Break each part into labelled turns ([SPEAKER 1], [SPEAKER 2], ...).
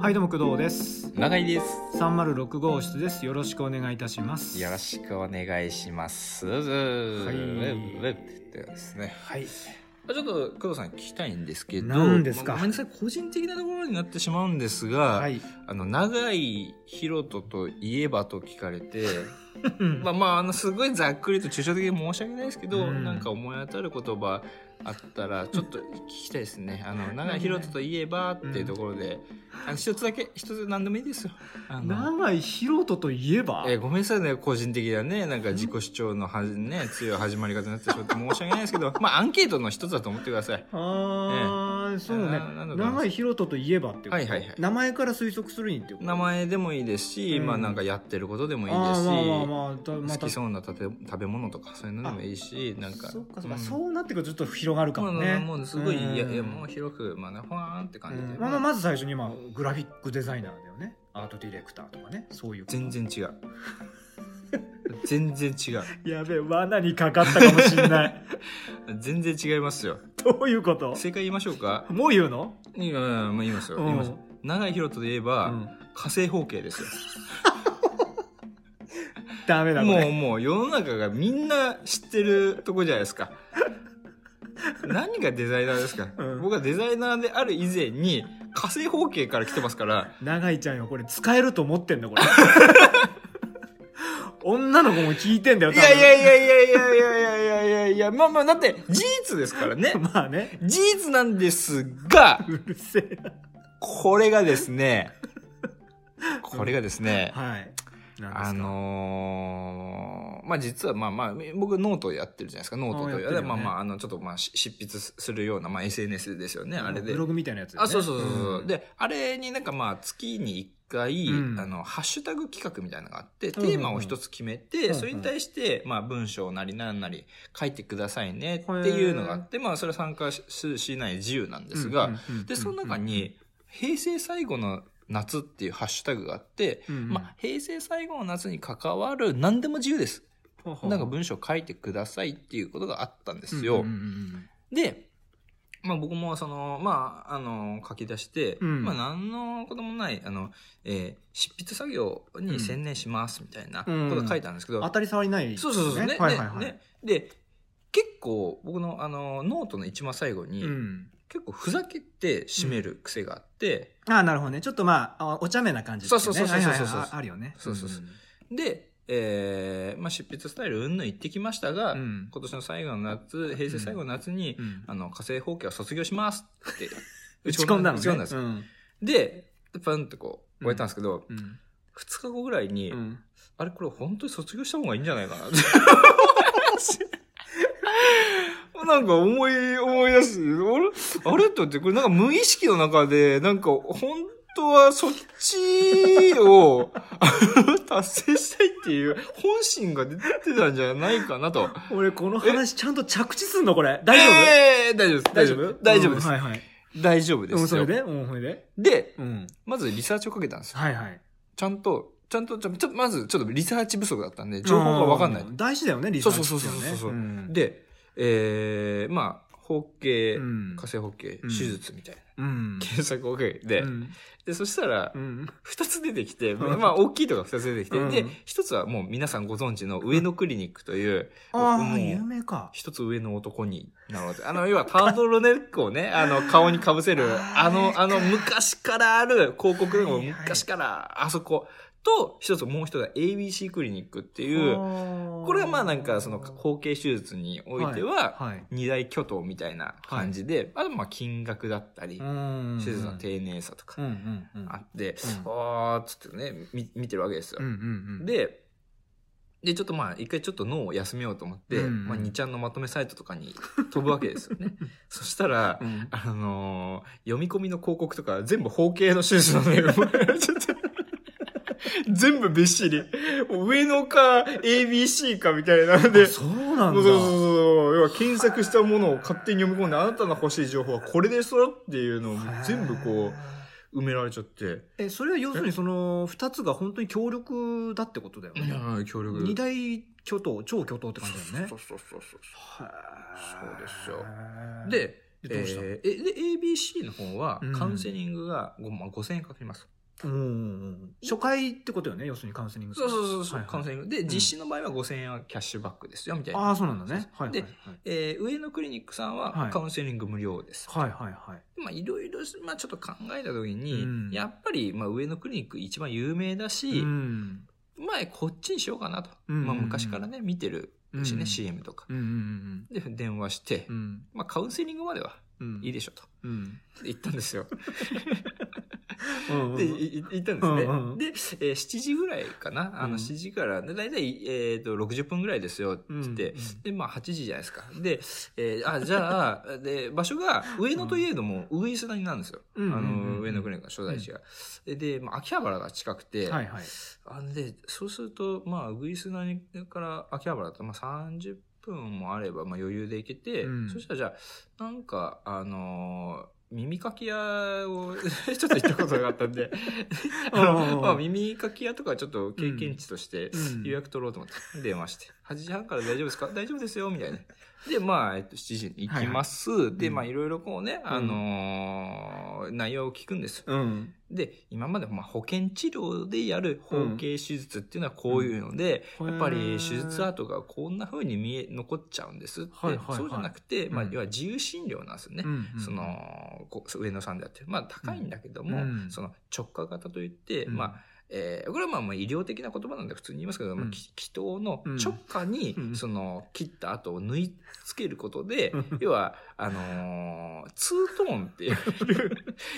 [SPEAKER 1] はいどうも工藤です
[SPEAKER 2] 長井です
[SPEAKER 1] 306号室ですよろしくお願いいたします
[SPEAKER 2] よろしくお願いしますはいってですね
[SPEAKER 1] はい
[SPEAKER 2] あちょっと工藤さん聞きたいんですけど
[SPEAKER 1] 何ですか
[SPEAKER 2] まあごめんなさい個人的なところになってしまうんですが、
[SPEAKER 1] はい
[SPEAKER 2] あの長井宏人といえばと聞か れてまあまああのすごいざっくりと抽象的で申し訳ないですけど、
[SPEAKER 1] うん
[SPEAKER 2] なんか思い当たる言葉あったらちょっと聞きたいで すねあの長井宏人といえばっていうところで、あの一つだけ一つ何でもいいですよあの
[SPEAKER 1] 長井宏人といえば
[SPEAKER 2] えーごめんなさいね、個人的なね、なんか自己主張のはじ、ね、強い始まり方になってしまって申し訳ないですけど、 まあアンケートの一つだと思ってください。
[SPEAKER 1] あーそうね
[SPEAKER 2] ななんだろう
[SPEAKER 1] 長井宏人といえばっていうこと
[SPEAKER 2] はいはいはい
[SPEAKER 1] 名前から推測するにっていうこと
[SPEAKER 2] 名前でもいいですし、
[SPEAKER 1] うん
[SPEAKER 2] まあなんかやってることでもいい
[SPEAKER 1] あ
[SPEAKER 2] ですし、
[SPEAKER 1] ーまあまあまあたま
[SPEAKER 2] 好
[SPEAKER 1] た
[SPEAKER 2] きそうなたて食べ物とかそういうのでもいいし、なんか。
[SPEAKER 1] そうかそうか、
[SPEAKER 2] ん
[SPEAKER 1] そうなってくるとちょっと広がるか
[SPEAKER 2] ま
[SPEAKER 1] も
[SPEAKER 2] あ
[SPEAKER 1] ね、
[SPEAKER 2] もうすごい、
[SPEAKER 1] うん
[SPEAKER 2] いやいやもう広く、まあね、ほわーんって感じで。
[SPEAKER 1] うんまあまあまず最初に今グラフィックデザイナーだよねアートディレクターとかねそういうこと
[SPEAKER 2] 全然違う。全然違う。
[SPEAKER 1] やべえ罠にかかったかもしんない
[SPEAKER 2] 全然違いますよ。
[SPEAKER 1] どういうこと
[SPEAKER 2] 正解言いましょうか
[SPEAKER 1] もう言うの、
[SPEAKER 2] いや、まあ、言いますよ。
[SPEAKER 1] うん
[SPEAKER 2] 言いますよ長井宏人で言えば、
[SPEAKER 1] うん
[SPEAKER 2] 火星方形ですよ。
[SPEAKER 1] ダメだこれ
[SPEAKER 2] もうもう世の中がみんな知ってるとこじゃないですか。何がデザイナーですか、
[SPEAKER 1] うん
[SPEAKER 2] 僕はデザイナーである以前に火星方形から来てますから、
[SPEAKER 1] 長井ちゃんよこれ使えると思ってんだこ れ女の子も聞いてんだよ
[SPEAKER 2] いやいや
[SPEAKER 1] い。
[SPEAKER 2] いやいやいやいやいやいやいや、まあまあ、だって事実ですからね
[SPEAKER 1] まあね
[SPEAKER 2] 事実なんですが、
[SPEAKER 1] うるせえな
[SPEAKER 2] これがですね、これがですね、
[SPEAKER 1] はいなんですか
[SPEAKER 2] あのーまあ実はまあまあ、僕ノートやってるじゃないですか、ノートとい
[SPEAKER 1] あやってる
[SPEAKER 2] う。
[SPEAKER 1] よね
[SPEAKER 2] まあまあ、あの、ちょっとまあ、し執筆するような、まあ SNS ですよね、あれで。
[SPEAKER 1] ブログみたいなやつ、ね、
[SPEAKER 2] あ、そうそうそうそう、
[SPEAKER 1] ん
[SPEAKER 2] で、あれになんかまあ、月に1回、
[SPEAKER 1] うん
[SPEAKER 2] あの、ハッシュタグ企画みたいなのがあって、テ
[SPEAKER 1] うんうんうん
[SPEAKER 2] ーマを一つ決めて、
[SPEAKER 1] うんうん
[SPEAKER 2] それに対して、まあ、文章なりなんなり書いてくださいねっていうのがあって、まあ、それは参加ししない自由なんですが、
[SPEAKER 1] うんうんうんうん
[SPEAKER 2] で、その中に、平成最後の夏っていうハッシュタグがあって、
[SPEAKER 1] うんうん
[SPEAKER 2] まあ、平成最後の夏に関わる何でも自由です。
[SPEAKER 1] ほうほう
[SPEAKER 2] なんか文章書いてくださいっていうことがあったんで
[SPEAKER 1] うん
[SPEAKER 2] すよ。
[SPEAKER 1] うんうん
[SPEAKER 2] で、まあ、僕もその、まあ、あの書き出して、
[SPEAKER 1] うん
[SPEAKER 2] まあ、何のこともないあの、えー執筆作業に専念しますみたいなこと書いたんですけど、
[SPEAKER 1] うん当たり障りない、
[SPEAKER 2] そうそうそうそう、ね
[SPEAKER 1] はいはいはい、
[SPEAKER 2] ねねで結構僕のあのノートの一番最後に、
[SPEAKER 1] うん
[SPEAKER 2] 結構ふざけて締める癖があって、
[SPEAKER 1] ああなるほどねちょっとまああお茶目な感じですね
[SPEAKER 2] そうそうそうそうそうそう
[SPEAKER 1] はいはいはいああるよね
[SPEAKER 2] そうそうそうんで、えーまあ、執筆スタイルうんぬん言ってきましたが、
[SPEAKER 1] うん
[SPEAKER 2] 今年の最後の夏平成最後の夏に、
[SPEAKER 1] うん
[SPEAKER 2] あの火星放棄は卒業しますって
[SPEAKER 1] 打ち込んだの
[SPEAKER 2] 打
[SPEAKER 1] ね
[SPEAKER 2] ち込んですよ
[SPEAKER 1] うん
[SPEAKER 2] で、パンってこう、終えたんですけど、
[SPEAKER 1] うん
[SPEAKER 2] 2日後ぐらいに、
[SPEAKER 1] うん
[SPEAKER 2] あれこれ本当に卒業した方がいいんじゃないか なって。なんか思い、思い出す。あれあれとって、これなんか無意識の中で、なんか本当はそっち をあの達成したいっていう本心が出てたんじゃないかなと。
[SPEAKER 1] 俺この話ちゃんと着地すんのこれ大丈夫、
[SPEAKER 2] えー大丈夫です。
[SPEAKER 1] 大丈夫
[SPEAKER 2] 大丈夫で
[SPEAKER 1] うん
[SPEAKER 2] す。
[SPEAKER 1] はいはい。
[SPEAKER 2] 大丈夫で
[SPEAKER 1] うん、
[SPEAKER 2] す
[SPEAKER 1] そ
[SPEAKER 2] よ
[SPEAKER 1] れ。でうん、それで
[SPEAKER 2] で、
[SPEAKER 1] うん。
[SPEAKER 2] まずリサーチをかけたんですよ
[SPEAKER 1] はいはい。
[SPEAKER 2] ちゃんと、ちゃんと、ちょちょっと、まず、ちょっとリサーチ不足だったんで、情報がわかんない。
[SPEAKER 1] う大事だよね、リサーチっていうのはね。
[SPEAKER 2] そうそうそうそうそう
[SPEAKER 1] うん
[SPEAKER 2] で、えー、まあ、包茎、
[SPEAKER 1] うん
[SPEAKER 2] 火星包茎、
[SPEAKER 1] うん
[SPEAKER 2] 手術みたいな。
[SPEAKER 1] うん。
[SPEAKER 2] 検索をかけて、
[SPEAKER 1] うん
[SPEAKER 2] で、そしたら
[SPEAKER 1] う、ん。
[SPEAKER 2] 二つ出てきて、
[SPEAKER 1] うん
[SPEAKER 2] まあ、大きいとか二つ出てきて、
[SPEAKER 1] うん
[SPEAKER 2] で、一つはもう皆さんご存知の上野クリニックという、
[SPEAKER 1] あ
[SPEAKER 2] も
[SPEAKER 1] あ、
[SPEAKER 2] う
[SPEAKER 1] 有名か。
[SPEAKER 2] 一つ上の男になるわけあの、要はタートルネック をね、あの、顔に被せる、あ
[SPEAKER 1] あれ
[SPEAKER 2] の、
[SPEAKER 1] か
[SPEAKER 2] あの、昔からある広告でも
[SPEAKER 1] はいはい
[SPEAKER 2] 昔からあそこ、と、一つもう一つは ABC クリニックっていう、こ
[SPEAKER 1] こ
[SPEAKER 2] れはまあなんかその包茎手術においては
[SPEAKER 1] はい。
[SPEAKER 2] 二大巨頭みたいな感じで、あとまあ金額だったり、
[SPEAKER 1] うん
[SPEAKER 2] 手術の丁寧さと
[SPEAKER 1] う
[SPEAKER 2] か
[SPEAKER 1] んうんうん。
[SPEAKER 2] あって、
[SPEAKER 1] う
[SPEAKER 2] あーっつってね、み見てるわけですよ
[SPEAKER 1] うんう。んうん。、
[SPEAKER 2] で、で、ちょっとまあ一回ちょっと脳を休めようと思って、
[SPEAKER 1] うんうん
[SPEAKER 2] まあ2ちゃんのまとめサイトとかに飛ぶわけですよ ね。そしたら
[SPEAKER 1] う、ん。
[SPEAKER 2] あのー読み込みの広告とか全部包茎の手術なのよ。ちょっと 全部びっしり。もう上野か ABC かみたいなので、
[SPEAKER 1] あそうなんだ。
[SPEAKER 2] そうそうそうそう。要は検索したものを勝手に読み込んで、あなたの欲しい情報はこれですよっていうのを全部こう埋められちゃって。
[SPEAKER 1] う。え、それは要するにその二つが本当に協力だってことだよ
[SPEAKER 2] い
[SPEAKER 1] ね。
[SPEAKER 2] や協力。
[SPEAKER 1] 二大巨頭、超巨頭って感じだよね
[SPEAKER 2] そう。そうそうそう。
[SPEAKER 1] は
[SPEAKER 2] そう
[SPEAKER 1] ー
[SPEAKER 2] ですよ。で、
[SPEAKER 1] でどうした
[SPEAKER 2] えーえで ABC の方は
[SPEAKER 1] うん
[SPEAKER 2] カウンセリングがご、まあ、5000円かかります。うんうんうん。
[SPEAKER 1] 初回ってことよね、要するにカウンセリング
[SPEAKER 2] そうそうそうそ
[SPEAKER 1] はい
[SPEAKER 2] う、
[SPEAKER 1] はい
[SPEAKER 2] カウンセリング。で、実施の場合は5000円はキャッシュバックですよ、みたいな。
[SPEAKER 1] ああ、そうなんだね。はいはい
[SPEAKER 2] で
[SPEAKER 1] はい。
[SPEAKER 2] えー上野クリニックさん
[SPEAKER 1] は
[SPEAKER 2] はいカウンセリング無料です。
[SPEAKER 1] はいはいはい。
[SPEAKER 2] まあ、いろいろ、まあ、ちょっと考えた時に、
[SPEAKER 1] うん
[SPEAKER 2] やっぱり、まあ、上野クリニック一番有名だし、
[SPEAKER 1] うん。
[SPEAKER 2] 前こっちにしようかなと。
[SPEAKER 1] うん
[SPEAKER 2] まあ、昔からね、見てるしね、
[SPEAKER 1] うん
[SPEAKER 2] CM とか。
[SPEAKER 1] うんうん
[SPEAKER 2] で、電話して、
[SPEAKER 1] うんうん。
[SPEAKER 2] まあ、カウンセリングまでは
[SPEAKER 1] うん。
[SPEAKER 2] いいで
[SPEAKER 1] し
[SPEAKER 2] しょと。
[SPEAKER 1] ょ。うん。
[SPEAKER 2] 言ったんですよ。
[SPEAKER 1] うん
[SPEAKER 2] で、いい言ったんですね。
[SPEAKER 1] うんうん
[SPEAKER 2] で、えー7時ぐらいかな。あ
[SPEAKER 1] う
[SPEAKER 2] の、
[SPEAKER 1] ん
[SPEAKER 2] 7時から、で大体、えっ、と、60分ぐらいですよ、って言って、
[SPEAKER 1] うん
[SPEAKER 2] で、まあ、8時じゃないですか。で、えーあ、じゃあ、 で、場所が、上野といえども、上磯谷なんですよ。
[SPEAKER 1] うんうん
[SPEAKER 2] あ
[SPEAKER 1] うんう
[SPEAKER 2] の、
[SPEAKER 1] ん
[SPEAKER 2] 上野クリニックの所在地が。で、まあ、秋葉原が近くて、
[SPEAKER 1] はいはい。
[SPEAKER 2] あので、そうすると、まあ、上磯谷から秋葉原だと、まあ、30分もあれば、まあ、余裕で行けて、
[SPEAKER 1] うん
[SPEAKER 2] そしたら、じゃあ、なんか、あのー耳かき屋を ちょっと行ったことがあったん であの、 まあ、耳かき屋とかちょっと経験値として
[SPEAKER 1] うん
[SPEAKER 2] 予約取ろうと思って電話して8時半から大丈夫ですか大丈夫ですよみたいなでまあ、えっと、7時に行きます、で
[SPEAKER 1] うん
[SPEAKER 2] まあいろいろこうね、あのー内容を聞くんです
[SPEAKER 1] うん。
[SPEAKER 2] で、今までまあ保険治療でやる包茎手術っていうのはこういうので、
[SPEAKER 1] うん
[SPEAKER 2] やっぱり手術跡がこんな風に見え、残っちゃうんですって、
[SPEAKER 1] はいはいはい
[SPEAKER 2] そうじゃなくて、まあ
[SPEAKER 1] うん
[SPEAKER 2] 要は自由診療なんですよね。
[SPEAKER 1] うんうん
[SPEAKER 2] そ、の、こ上野さんでやってる。まあ高いんだけども、
[SPEAKER 1] うん
[SPEAKER 2] その直下型といって、
[SPEAKER 1] うん
[SPEAKER 2] まあ、えーこれはまあまあ医療的な言葉なんで普通に言いますけど、まあ
[SPEAKER 1] うん
[SPEAKER 2] き気頭の
[SPEAKER 1] うん
[SPEAKER 2] 直下に
[SPEAKER 1] う、ん
[SPEAKER 2] その切った跡を縫い付けることで、
[SPEAKER 1] うん
[SPEAKER 2] 要は、あのーツートーンっていう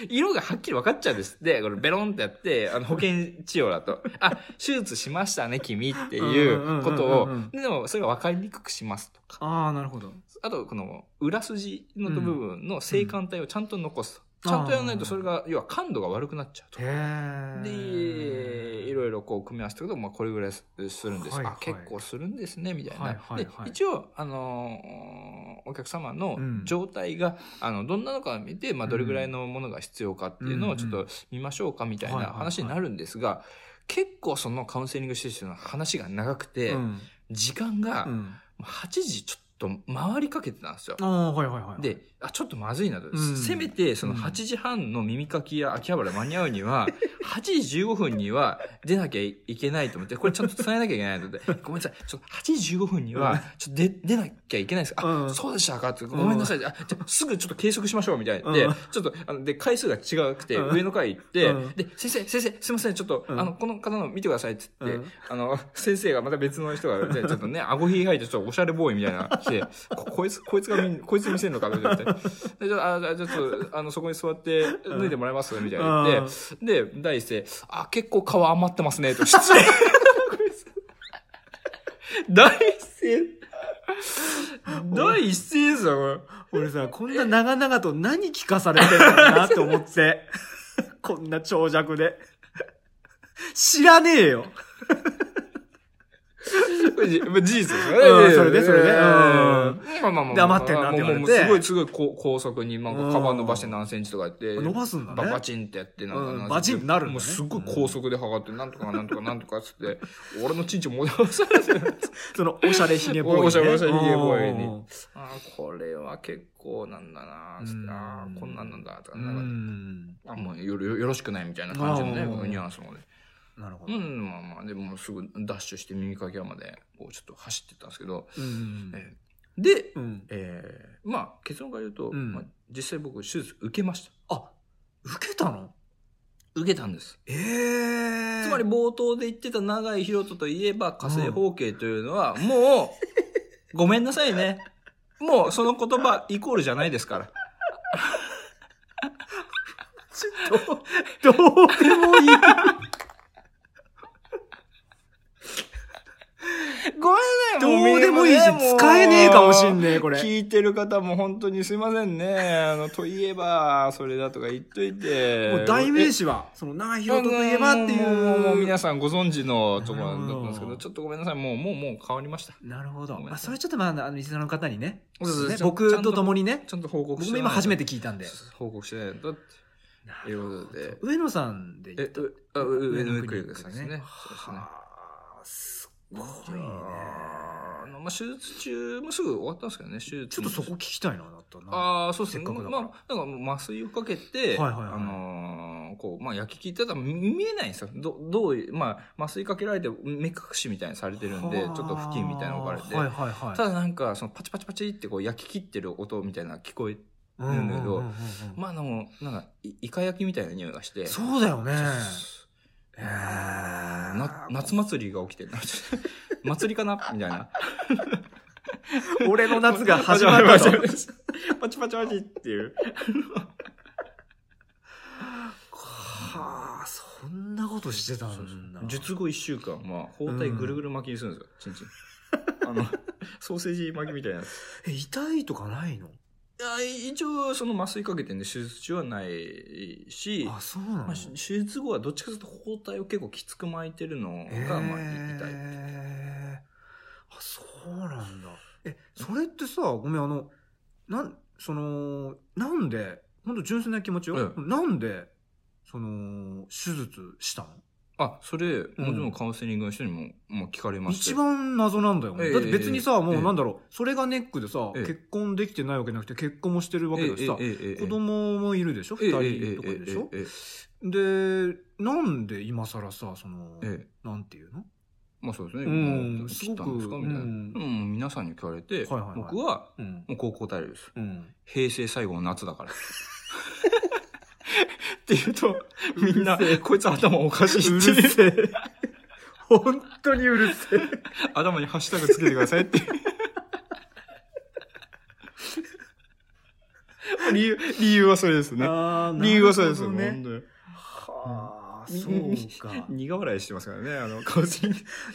[SPEAKER 2] 色がはっきり分かっちゃうんですって、これベロンってやって、あの保険治療だと、あ、手術しましたね、君っていうことを
[SPEAKER 1] うんうんうんうんうん、
[SPEAKER 2] でもそれが分かりにくくしますとか、
[SPEAKER 1] ああ、なるほど。
[SPEAKER 2] あとこの裏筋の部分の性感帯をちゃんと残すと。
[SPEAKER 1] うん
[SPEAKER 2] ちゃんとやらないとそれが、要は感度が悪くなっちゃうと
[SPEAKER 1] へ。え。
[SPEAKER 2] で、いろいろこう組み合わせたけど、まあ、これぐらいするんです。
[SPEAKER 1] はいはい
[SPEAKER 2] あ、結構するんですね、みたいな。
[SPEAKER 1] はいはいはい
[SPEAKER 2] で、一応、あのーお客様の
[SPEAKER 1] うん
[SPEAKER 2] 状態が、あの、どんなのか見て、まあ、どれぐらいのものが必要かっていう
[SPEAKER 1] うん
[SPEAKER 2] の
[SPEAKER 1] う
[SPEAKER 2] を
[SPEAKER 1] ん
[SPEAKER 2] ちょっと見ましょうか、みたいな
[SPEAKER 1] はいはいはい
[SPEAKER 2] 話になるんですが、結構そのカウンセリング施設の話が長くて、
[SPEAKER 1] うん。
[SPEAKER 2] 時間が
[SPEAKER 1] う
[SPEAKER 2] ま
[SPEAKER 1] ん
[SPEAKER 2] あ8時ちょっと回りかけてたんですよ。
[SPEAKER 1] ああ、はいはいはい。、
[SPEAKER 2] で、あ、ちょっとまずいなと。
[SPEAKER 1] ん
[SPEAKER 2] せめて、その
[SPEAKER 1] うん
[SPEAKER 2] 8時半の耳かきや秋葉原間に合うに は、8時15分には出なきゃいけないと思って、これちゃんと伝えなきゃいけないので、ごめんなさい、ちょっと8時15分に
[SPEAKER 1] うん
[SPEAKER 2] は、ちょっと出、出なきゃいけないです。あ、
[SPEAKER 1] うん
[SPEAKER 2] そうでしたかって、ごめんなさい。あ、じゃあすぐちょっと計測しましょうみたいな。で
[SPEAKER 1] うん、
[SPEAKER 2] ちょっと、あの、で、回数が違くて、
[SPEAKER 1] うん
[SPEAKER 2] 上の階行って
[SPEAKER 1] うん、
[SPEAKER 2] で、先生、先生、すいません、ちょっと、
[SPEAKER 1] うん
[SPEAKER 2] あの、この方の見てくださいって言
[SPEAKER 1] う
[SPEAKER 2] っ
[SPEAKER 1] ん
[SPEAKER 2] て、あの、先生がまた別の人が、でちょっとね、顎ひげ生えて、ちょっとおしゃれボーイみたいな のが来て、ここいつ、こいつが見、こいつ見せんのかみたいな。で、ちょっと、あ、じゃあちょっと、あの、そこに座って、脱いでもらえますみたいな言って、で、第一声、あ、結構皮余ってますね、と、失礼。 第一声、第一声ですよ、これ。
[SPEAKER 1] 俺さ、こんな長々と何聞かされてるのかなと思って。 こんな長尺で。知らねえよ。
[SPEAKER 2] これじまあ事実です
[SPEAKER 1] う
[SPEAKER 2] よ
[SPEAKER 1] ん
[SPEAKER 2] ね。
[SPEAKER 1] それでそれでうん
[SPEAKER 2] まあまあまあ。
[SPEAKER 1] 黙ってんなって言われて
[SPEAKER 2] もうもうすごいすごい高高速に、なんか、カバン伸ばして何センチとかやって。
[SPEAKER 1] 伸ばすんだね
[SPEAKER 2] ババチンってやって、なんか
[SPEAKER 1] うん
[SPEAKER 2] なんか
[SPEAKER 1] バチンってなるんだね
[SPEAKER 2] もうすごい高速で測って、なんとかなんとかなんとかっつ って、俺のチンチン戻されてる。
[SPEAKER 1] その、おしゃれひげボーイ、ね。
[SPEAKER 2] おしゃれおしゃれひげボーイに
[SPEAKER 1] うん
[SPEAKER 2] あーこれは結構なんだなーつっ
[SPEAKER 1] う
[SPEAKER 2] て、
[SPEAKER 1] ん
[SPEAKER 2] あーこんなんなんだ、とか、
[SPEAKER 1] う
[SPEAKER 2] なん
[SPEAKER 1] ん。
[SPEAKER 2] か、あもうよろよろしくないみたいな感じのね、
[SPEAKER 1] あー
[SPEAKER 2] ニュアンスもね。
[SPEAKER 1] なるほ
[SPEAKER 2] う
[SPEAKER 1] ど。
[SPEAKER 2] ん、まあまあ、でもすぐダッシュして耳かきまで、こうちょっと走ってったんですけど、
[SPEAKER 1] うん。
[SPEAKER 2] えーで、
[SPEAKER 1] うん。
[SPEAKER 2] えーまあ結論から言うと、
[SPEAKER 1] うん
[SPEAKER 2] まあ、実際僕手術受けました
[SPEAKER 1] あ、受けたの
[SPEAKER 2] 受けたんです
[SPEAKER 1] ええ
[SPEAKER 2] つまり、冒頭で言ってた永井宏人といえば火星包茎というのは、もうごめんなさいね もうその言葉イコールじゃないですから
[SPEAKER 1] どう でもいい。
[SPEAKER 2] ごめんなさい
[SPEAKER 1] どうでもいいし、使えねえかもしんねえ、こ
[SPEAKER 2] こ
[SPEAKER 1] れ。
[SPEAKER 2] れ聞いてる方も本当にすいませんねあのといえばそれだとか言っといて
[SPEAKER 1] もう代名詞は、その、長井宏人といえばってい
[SPEAKER 2] ももももう
[SPEAKER 1] う。
[SPEAKER 2] 皆さんご存知のところだったんです
[SPEAKER 1] なるほ
[SPEAKER 2] けど
[SPEAKER 1] ど
[SPEAKER 2] ちょっとごめんなさいもうもうもう変わりました
[SPEAKER 1] なるほ
[SPEAKER 2] ご
[SPEAKER 1] ど。
[SPEAKER 2] めん
[SPEAKER 1] ま
[SPEAKER 2] な
[SPEAKER 1] あ、
[SPEAKER 2] さい
[SPEAKER 1] それちょっとまあ、あの、リスナーの方にね、
[SPEAKER 2] そうそうそう
[SPEAKER 1] ね
[SPEAKER 2] ちゃんちゃ
[SPEAKER 1] 僕
[SPEAKER 2] んと
[SPEAKER 1] と共にね、
[SPEAKER 2] ちゃんと報告
[SPEAKER 1] 僕
[SPEAKER 2] して
[SPEAKER 1] も今初めて聞いたんで。
[SPEAKER 2] 報告してないとっていうことで。
[SPEAKER 1] 上野さんで言
[SPEAKER 2] え、
[SPEAKER 1] った
[SPEAKER 2] うあう上野クリニ
[SPEAKER 1] で
[SPEAKER 2] ックです
[SPEAKER 1] す
[SPEAKER 2] ね。そうですね。
[SPEAKER 1] はあ、すごいね。
[SPEAKER 2] あのまあ、手術中もすぐ終わったんですけどね、手術
[SPEAKER 1] ち
[SPEAKER 2] も。
[SPEAKER 1] ょっとそこ聞きたいな、だったな。
[SPEAKER 2] ああ、そうです
[SPEAKER 1] せ
[SPEAKER 2] ね。
[SPEAKER 1] っかくだ
[SPEAKER 2] ま
[SPEAKER 1] か
[SPEAKER 2] あ、
[SPEAKER 1] ら
[SPEAKER 2] なんかもう麻酔をかけて、
[SPEAKER 1] はいはいはい
[SPEAKER 2] あのの、こう、まあ、焼き切ってたら見見えないんですよ。ど、どういう、まあ、麻酔かけられて目隠しみたいにされてるんで、ちょっと布巾みたいなの置かれて。
[SPEAKER 1] はいはいはい。
[SPEAKER 2] ただなんか、そのパチパチパチってこう焼き切ってる音みたいなのが聞こえ、なんだけど
[SPEAKER 1] うんうんうんうん
[SPEAKER 2] まあでも、なんか、いイカ焼きみたいな匂いがして。
[SPEAKER 1] そうだよね。え
[SPEAKER 2] な夏祭りが起きてるな。 祭りかなみたいな。
[SPEAKER 1] 俺の夏が始ま ったと。
[SPEAKER 2] パチパチパチっていう。
[SPEAKER 1] はあ、そんなことしてたんだ。
[SPEAKER 2] 術後一週間、まあ、包帯ぐるぐる巻きにするんですよ、ちんちん。あの、 ソーセージ巻きみたいなやつ。
[SPEAKER 1] え、痛いとかないの
[SPEAKER 2] いや一応、その麻酔かけてんで、手術中はないし、
[SPEAKER 1] あ、そうなの、
[SPEAKER 2] まあ、し手術後はどっちかというと包帯を結構きつく巻いてるの
[SPEAKER 1] え
[SPEAKER 2] が、まあ、い痛い。
[SPEAKER 1] えあ、そうなんだ。え、それってさ、ごめん、あの、なん、その、なんで、本当純粋な気持ちよ。
[SPEAKER 2] う
[SPEAKER 1] なんで、その、手術した
[SPEAKER 2] あ、それ、もちろんカウンセリングの人にも、もう聞かれ
[SPEAKER 1] の
[SPEAKER 2] ました
[SPEAKER 1] 一
[SPEAKER 2] よ。
[SPEAKER 1] 番謎なんだよ、
[SPEAKER 2] ええ
[SPEAKER 1] だって別にさ、も
[SPEAKER 2] ええ
[SPEAKER 1] うなんだろう、それがネックでさ、
[SPEAKER 2] ええ
[SPEAKER 1] 結婚できてないわけじゃなくて結婚もしてるわけだしさ、
[SPEAKER 2] ええええええ
[SPEAKER 1] 子供もいるでしょ
[SPEAKER 2] ええ
[SPEAKER 1] 二人とかいるでしょ
[SPEAKER 2] えええええ
[SPEAKER 1] で、なんで今更さ、その、
[SPEAKER 2] ええええ
[SPEAKER 1] なんていうの
[SPEAKER 2] まあそうですね。
[SPEAKER 1] うん
[SPEAKER 2] もう切ったんですか
[SPEAKER 1] すごく
[SPEAKER 2] みたいな。う
[SPEAKER 1] うん
[SPEAKER 2] ん、皆さんに聞かれて、
[SPEAKER 1] はいはいはい
[SPEAKER 2] 僕は、
[SPEAKER 1] うん。
[SPEAKER 2] もう高校大学です。
[SPEAKER 1] うん。
[SPEAKER 2] 平成最後の夏だから。って言うと、みんな、こいつ頭おかしいっていう
[SPEAKER 1] せえ。本当にうるせえ。
[SPEAKER 2] 頭にハッシュタグつけてくださいっていう。理由、理由はそれですね。
[SPEAKER 1] あー
[SPEAKER 2] 理由はそうで
[SPEAKER 1] な
[SPEAKER 2] す。
[SPEAKER 1] るほどね。
[SPEAKER 2] ね、
[SPEAKER 1] はあ、
[SPEAKER 2] うん
[SPEAKER 1] そうか。だ
[SPEAKER 2] 苦笑いしてますからね、あの、顔つき。
[SPEAKER 1] って